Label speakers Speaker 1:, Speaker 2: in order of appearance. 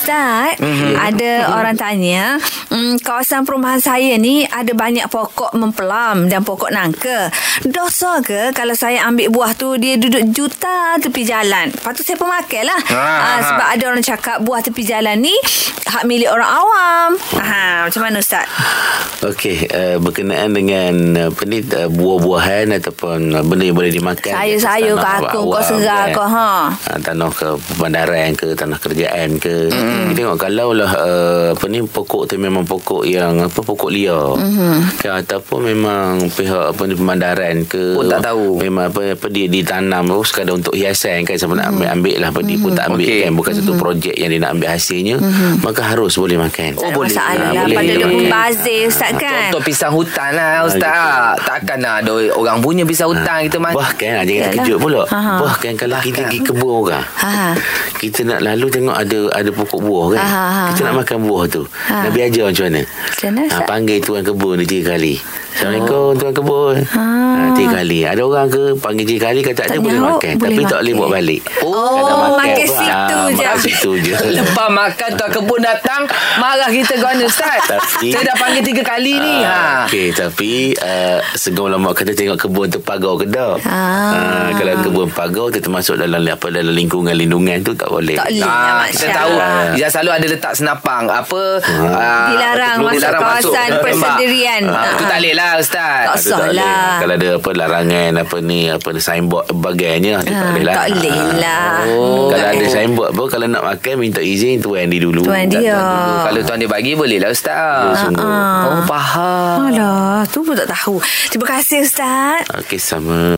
Speaker 1: Ustaz mm-hmm. Ada mm-hmm. orang tanya mm, Kawasan perumahan saya ni Ada banyak pokok mempelam Dan pokok nangka Dosa ke Kalau saya ambil buah tu Dia duduk juta tepi jalan Lepas tu saya pemakai lah
Speaker 2: Ha,
Speaker 1: ha,
Speaker 2: ha, ha.
Speaker 1: Sebab ada orang cakap Buah tepi jalan ni Hak milik orang awam ha, Macam mana Ustaz?
Speaker 3: Okey, uh, berkenaan dengan apa ni uh, buah-buahan ataupun uh, benda yang boleh dimakan.
Speaker 1: Sayur-sayur ke
Speaker 3: Tanah
Speaker 1: aku
Speaker 3: awam
Speaker 1: Kau serah kau ha.
Speaker 3: Ah, tanah ke bandaran ke tanah kerjaan ke
Speaker 1: Mm-hmm.
Speaker 3: mm. kita tengok kalau lah uh, apa ni pokok tu memang pokok yang apa pokok liar
Speaker 1: Mm-hmm.
Speaker 3: mm. ke, ataupun memang pihak apa ni pemandaran ke
Speaker 2: Pun tak tahu.
Speaker 3: memang apa apa dia ditanam tu sekadar untuk hiasan kan siapa
Speaker 1: Mm-hmm.
Speaker 3: nak ambil ambil lah apa dia pun tak ambil
Speaker 2: Okey.
Speaker 3: okay. kan bukan mm. satu projek yang dia nak ambil hasilnya mm. maka harus boleh makan
Speaker 1: Oh,
Speaker 2: Oh, boleh.
Speaker 1: Mm-hmm. masalah
Speaker 3: Ah,
Speaker 1: lah.
Speaker 3: boleh Ah,
Speaker 1: Pada dia
Speaker 3: makan.
Speaker 1: membazir Ustaz kan?
Speaker 2: Contoh pisang hutan lah
Speaker 3: Ah,
Speaker 2: Ustaz Takkan lah ada orang punya pisang hutan Kita makan
Speaker 3: Bahkan ah, Jangan
Speaker 1: Yalah.
Speaker 3: terkejut pula
Speaker 1: Ha-ha.
Speaker 3: Bahkan kalau kita pergi kebun orang
Speaker 1: Ha.
Speaker 3: Kita nak lalu tengok ada ada pokok buah kan
Speaker 1: Ha-ha.
Speaker 3: Kita nak makan buah tu
Speaker 1: Ha.
Speaker 3: Nabi ajar macam mana Ha,
Speaker 1: Macam mana, Ustaz? Oh.
Speaker 3: Panggil tuan kebun dia tiga kali Assalamualaikum tuan kebun ha, Tiga kali Ada orang ke panggil tiga kali Kata
Speaker 1: Tak
Speaker 3: ada boleh
Speaker 1: nyauk,
Speaker 3: makan
Speaker 1: boleh
Speaker 3: Tapi tak boleh
Speaker 1: makan.
Speaker 3: buat balik
Speaker 2: Oh,
Speaker 3: Kalau
Speaker 1: makan
Speaker 3: pun,
Speaker 1: situ
Speaker 3: ah,
Speaker 1: je.
Speaker 3: Makan situ je
Speaker 2: Lepas makan tuan kebun datang Marah kita kau ni Ustaz
Speaker 3: Tapi-
Speaker 2: Saya dah panggil tiga kali ni
Speaker 3: Ah,
Speaker 2: ha.
Speaker 3: Okey, tapi uh, segala ulama kata tengok kebun tu pagau ke tak.
Speaker 1: Ah.
Speaker 3: Ah, kalau kebun pagau tu termasuk dalam apa dalam lingkungan lindungan tu tak boleh.
Speaker 1: Tak boleh.
Speaker 2: Ah,
Speaker 1: Ya,
Speaker 2: kita
Speaker 1: Masya
Speaker 2: tahu
Speaker 1: Allah.
Speaker 2: Dia selalu ada letak senapang Apa ah,
Speaker 1: Dilarang
Speaker 2: perlu-
Speaker 1: masuk kawasan
Speaker 2: Tembak.
Speaker 1: persendirian.
Speaker 2: Ah, Itu
Speaker 1: Ah.
Speaker 2: tak boleh lah Ustaz
Speaker 1: Tak
Speaker 3: Ah, tu tak
Speaker 1: Sah
Speaker 3: boleh.
Speaker 1: lah.
Speaker 3: Kalau ada apa larangan apa ni apa ni signboard bagainya tu tak
Speaker 1: Ah,
Speaker 3: boleh lah.
Speaker 1: tak boleh
Speaker 3: Ah.
Speaker 1: lah.
Speaker 3: Oh, kalau
Speaker 1: Hmm.
Speaker 3: ada signboard pun kalau nak makan minta izin tuan dia dulu.
Speaker 1: Tuan
Speaker 3: Tak-
Speaker 1: dia.
Speaker 3: tak-
Speaker 2: Ah. Kalau tuan dia bagi boleh lah Ustaz
Speaker 3: Ya, sungguh.
Speaker 1: Ah,
Speaker 2: Oh faham
Speaker 1: Alah, tu pun tak tahu. Terima kasih Ustaz.
Speaker 3: Okey sama.